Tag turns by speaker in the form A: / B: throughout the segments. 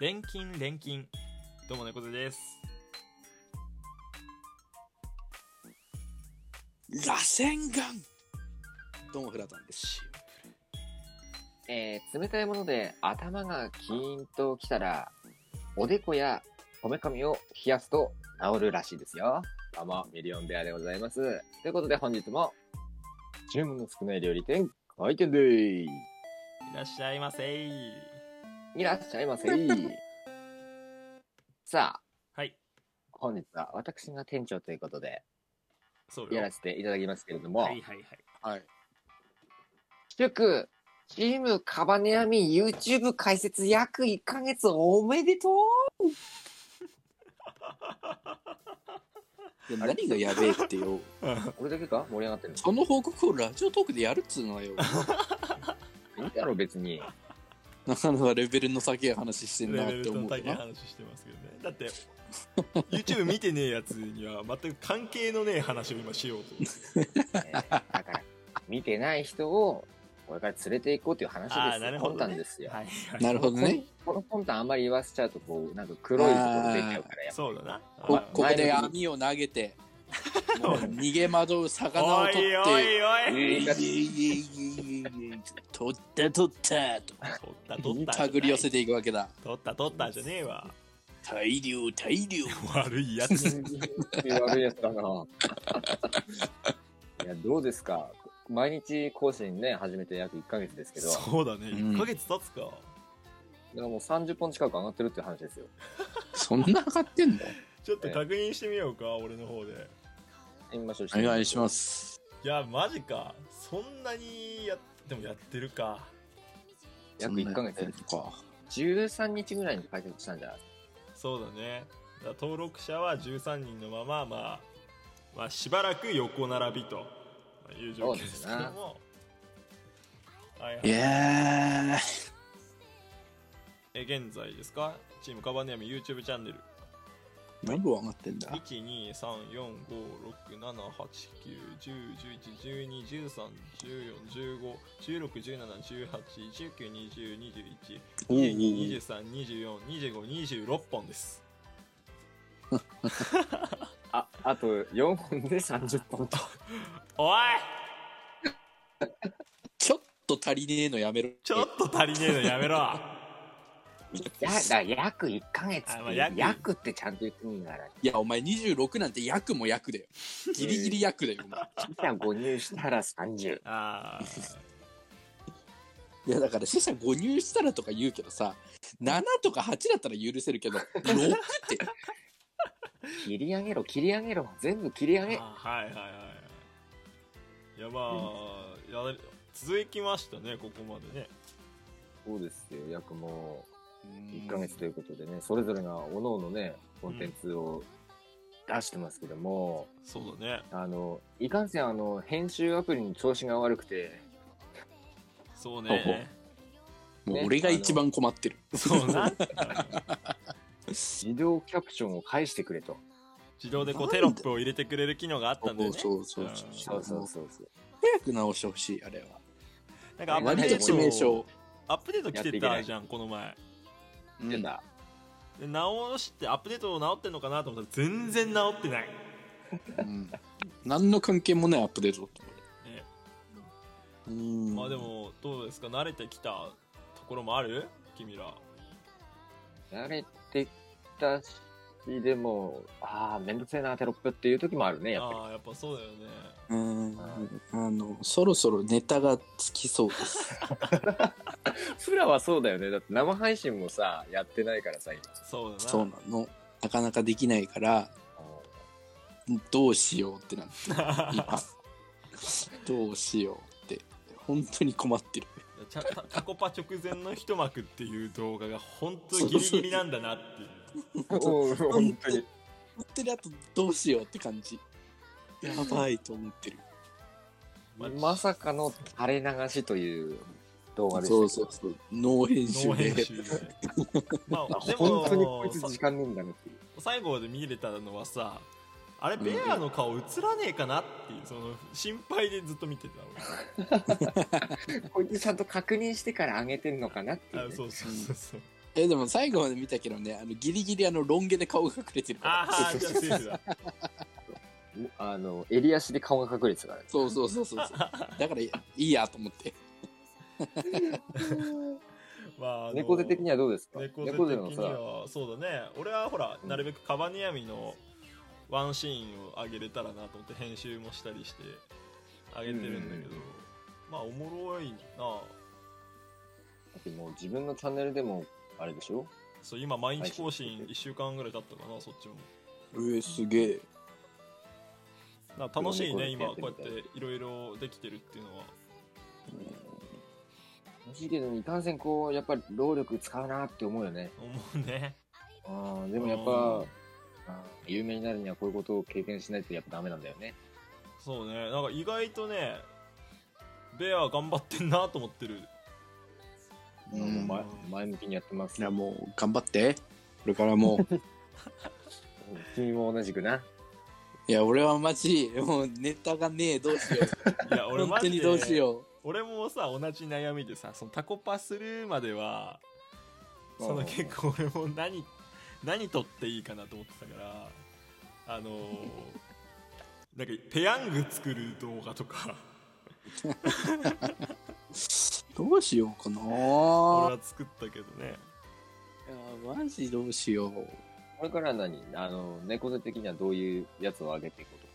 A: 錬金錬金どうも猫背です
B: 螺旋ガンどうもフラタンです
C: えー冷たいもので頭がキーンときたら、おでこやこめかみを冷やすと治るらしいですよ。どうも、ミリオンベアでございます。ということで本日も、注文の少ない料理店、開店でー
A: いらっしゃいませ
C: いらっしゃいませーさあ、
A: はい
C: 本日は私が店長ということで、
A: そう
C: や
A: よ
C: らせていただきますけれども、
A: はいはいはい
B: はい
C: 祝、チームカバネアミ YouTube 開設約1ヶ月おめでとう
B: いや何がやべえってよ
C: これだけか盛り上がってるの
B: その報告をラジオトークでやるっつうのは よ
C: いいだろ別に。
B: なかなかレベルの先い話してん
A: レ
B: な
A: ベ
B: っ
A: ル
B: て思
A: の
B: う
A: 高い
B: よな
A: 話してますけどねだって YouTube 見てねえやつには全く関係のねえ話を今しようと
C: えーだから、見てない人を、これから連れて行こうという話
A: ああ
C: です
A: なるほ
C: よ。
A: どね
C: 魂胆ですよ。
A: はいはい
B: なるほどね
C: この魂胆あんまり言わせちゃうと、こう、なんか黒いところ出ちゃうから、やっ
A: そうだな
C: ほ
B: こ
C: ど
B: ここで網を投げてもう逃げ惑う魚を
A: お
B: 取って
A: いおいおい
B: いえ いえいえいえいえ取った取ったと
A: 取った取った
B: 手繰り寄せていくわけだ
A: 取った取ったじゃねえわ
B: 大量大量
A: 悪いやつ
C: ぱ。悪いやつだな。 いや、どうですか毎日更新ね、始めて約1ヶ月ですけど、だか
A: そうだね
B: うん
A: 1ヶ月経つか、
C: らもう30本近く上がってるっていう話ですよ。
B: そんな上がってんの
A: ちょっと確認してみようか俺の方で
C: 見ましょう。
B: お願い
C: し
B: します
A: いやマジかそんなにやでもやってるか
C: 約1ヶ月。
B: か
C: 13日ぐらいに解説したんじゃない
A: そうだねだから登録者は13人のまま、まあ、まあしばらく横並びという状況ですけども、はいはい
B: いやー
A: え現在ですかチームカバネアミ YouTube チャンネル
B: 何本上がってんだ
A: 12345678910111213141516171819202123242526
B: お
A: 本です
C: あ、あと4本で30本と。
A: おい
B: ちょっと足りねえのやめろ
A: ちょっと足りねえのやめろ
C: や、だから約1ヶ月って
A: あまあ約
C: 約ってちゃんと言ってみんなら、
B: いやお前26なんて役も役だ よギリギリ役だよお前
C: 資産誤入したら30。
A: ああ
B: いやだから死者誤入したらとか言うけどさ7とか8だったら許せるけど6って
C: 切り上げろ、切り上げろ。全部切り上げ。
A: はいはいはいいやまあや続きましたねここまでね
C: そうですよ。約もう1ヶ月ということでね、それぞれが各々ね、コンテンツを出してますけども、
A: そうだね
C: あの、いかんせんあの、編集アプリの調子が悪くて、
A: そうね
B: もう俺が一番困ってる
A: そうな
C: 自動キャプションを返してくれと。
A: 自動でこうテロップを入れてくれる機能があったんでね
B: そうそう
C: そ
B: そうう
C: そ
B: そうう
C: そうそう。
B: 早く直してほしいあれは
A: なんかアップ
B: 割と
A: デ
B: 致命
A: ー
B: 傷
A: トアップデート来てたじゃんこの前
B: うん
C: 出た。
A: で直してアップデート直ってんのかなと思ったら全然直ってない
B: うん何の関係もないアップデートだった
A: ね
B: 俺うん
A: まあでもどうですか慣れてきたところもある君ら
C: 慣れてきたし、でも、ああ、めんどくせえな、テロップっていう時もあるね、やっぱり。
A: ああやっぱそうだよね
B: うんあのそろそろネタがつきそうです
C: フラはそうだよね。だって生配信もさ、やってないからさ、今。
A: そうだな
B: そうなのなかなかできないからどうしようってなってる今どうしようって本当に困ってる
A: ちゃ たタコパ直前の一幕っていう動画が本当にギリギリなんだなっていう
C: おう本当に。
B: 本当にあとどうしようって感じやばいと思ってる
C: まさかの垂れ流しという動画でした。
B: そうそうそうノー編
A: ノー
B: 集
A: 編
B: で
A: 集でま
C: ま
A: あ
C: あ
A: で
C: 本当にこ
A: も
C: いつ
A: さ
C: 時間ねえんだねっていう。
A: 最後まで見れたのはさあれベアの顔映らねえかなっていうその心配でずっと見てた俺
C: こいつちゃんと確認してから上げてんのかなっていう
A: あ
C: ね、
A: そうそうそうそう
B: えでも最後まで見たけどねあのギリギリあのロン毛で顔が隠れてるから
A: ああじゃあセーフ だ
C: あの、襟足で顔が隠れてたからね。
B: そうそうそうそうそうだからいいやと思って
A: まああの
C: 猫背的にはどうですか
A: 猫背的
C: 猫背の
A: に
C: さ、
A: はそうだね俺はほら
C: うん
A: なるべくカバニヤミのワンシーンを上げれたらなと思って編集もしたりして上げてるんだけど、
C: うん
A: まあおもろいな
C: だってもう自分のチャンネルでも、あれでしょ
A: そう今毎日更新
C: はい
A: 1週間ぐらい経ったかなそっちも
B: うえすげえ
A: なんか楽しいね今
C: 黒
A: こ
C: 猫
A: うやっ
C: でやってみたい
A: ていろいろできてるっていうのは
C: 欲しいけど、いかんせんこう、やっぱり労力使うなって思うよね。
A: 思うね
C: あーでもやっ
A: うん
C: ぱ、あー有名になるにはこういうことを経験しないとやっぱダメなんだよね。
A: そうねなんか意外とねベア頑張ってんなと思ってる
B: うん
C: もう前前向きにやってます
B: い。やもう頑張ってこれからもう
C: 君も同じくな。
B: いや俺はマジもうネタがねえどうしよ
A: いや
B: う
A: 俺
B: 本
A: マ
B: 当
A: ジ
B: に
A: で
B: どうしよ
A: 俺もさ同じ悩みでさそのタコパするまではそ
C: うん
A: の結構俺も何何取っていいかなと思ってたからあの ーなんかペヤング作る動画とか
B: うどうしようかな
A: 俺は作ったけどね
B: いやマジどうしよう
C: これからは何あの、猫背的にはどういうやつを上げていこうと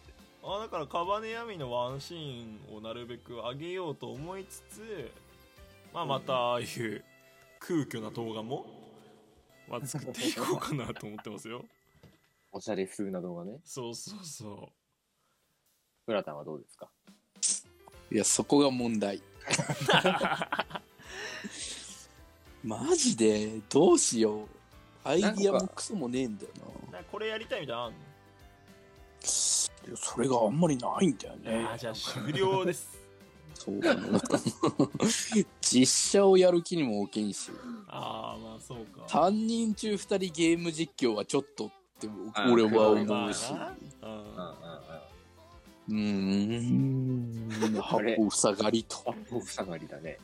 C: 思って。
A: あだからカバネヤミのワンシーンをなるべく上げようと思いつつ、まあ、またああいう空虚な動画も、まあ、作っていこうかなと思ってます よ
C: おしゃれ風な動画ね。
A: そうそうそう
C: プラタンはどうですか
B: いやそこが 問題マジでどうしようアイディアもクソもねえんだよな
A: なんかこれやりたいみたいなのあんの
B: いやそれがあんまりないんだよね
A: あーじゃあ終了です
B: そうなの 実写をやる気にも起きんし
A: ああまあそうか
B: 3人中2人ゲーム実況はちょっとって
C: あー
B: 俺は思うし
A: まあなうん
C: うんう
B: うーん
C: あれ
B: 箱塞がりと
C: んうん。あ、塞がりだね。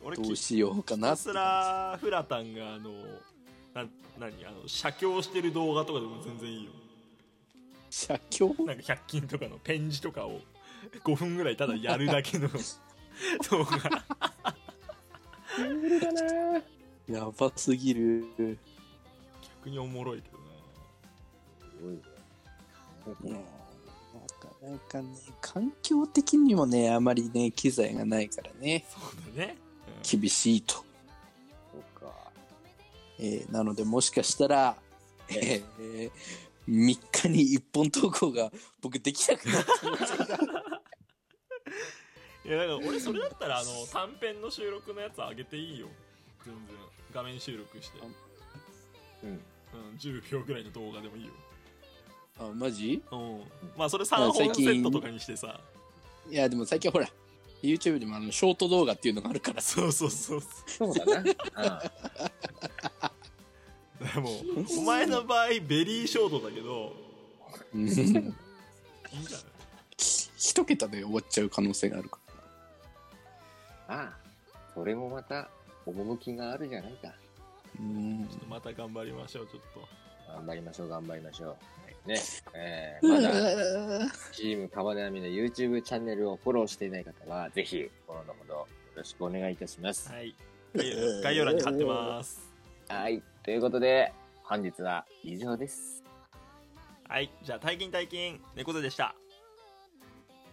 A: 俺
B: ど
A: き
B: う
A: ひ
B: しようかな
A: た
B: って
A: すらフラタンがあのな何あの写経してる動画とかでも全然いいよ
B: 写経
A: なんか100均とかのペン字とかを5分ぐらいただやるだけ の動画
C: だな
B: やばすぎる
A: 逆におもろいけどね
B: いやーなかなかね環境的にもねあまりね機材がないからね
A: そうだね、うん
B: 厳しいと、
C: そうか。
B: えーなのでもしかしたら、えー、3日に1本投稿が 僕できなくなっても
A: いやだから俺それだったらあの短編の収録のやつ上げていいよ全然画面収録して、
C: うん。
A: うん、10秒ぐらいの動画でもいいよ、
B: あマジ
A: うん、まあそれ3本セットとかにしてさ
B: いやでも最近ほら YouTube でもあのショート動画っていうのがあるからさ
A: そうそうそうそう
C: そうだな。あ
A: で もお前の場合ベリーショートだけど
B: うん
A: いいんじゃない
B: 一桁で終わっちゃう可能性があるか
C: あ、それもまた、趣があるじゃないか。
B: らうん
A: ちょっとまた頑張りましょうちょっと
C: 頑張りましょう、頑張りましょう。はいね。えー、まだ、
B: う
C: チームカバネアミの YouTube チャンネルをフォローしていない方は、ぜひ、フォローのほど、よろしくお願いいたします。
A: はい概要概要欄に貼ってます
C: はい。ということで、本日は以上です。
A: はいじゃあ大金大金猫背でした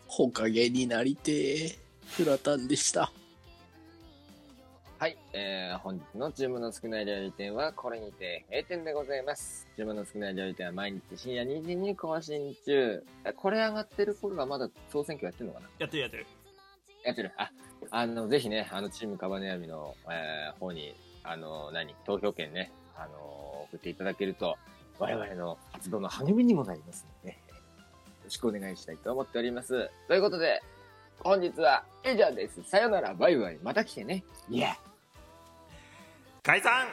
B: ほかげになりてえフラタンでした
C: はい、えー、本日の注文の少ない料理店はこれにて閉店でございます。注文の少ない料理店は毎日深夜2時に更新中。あこれ上がってる頃はまだ総選挙やってるのかな
A: やってるやってる
C: やってる。あ、あの、ぜひね、あの、チームカバネアミの、えー、方に、あの、何、投票権ね、あの、送っていただけると、我々の活動の励みにもなりますので、ね、よろしくお願いしたいと思っております。ということで、本日は以上です。さよなら、バイバイ、また来てね。いや、
A: 解散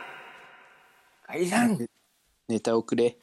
C: 解散
B: ネタをくれ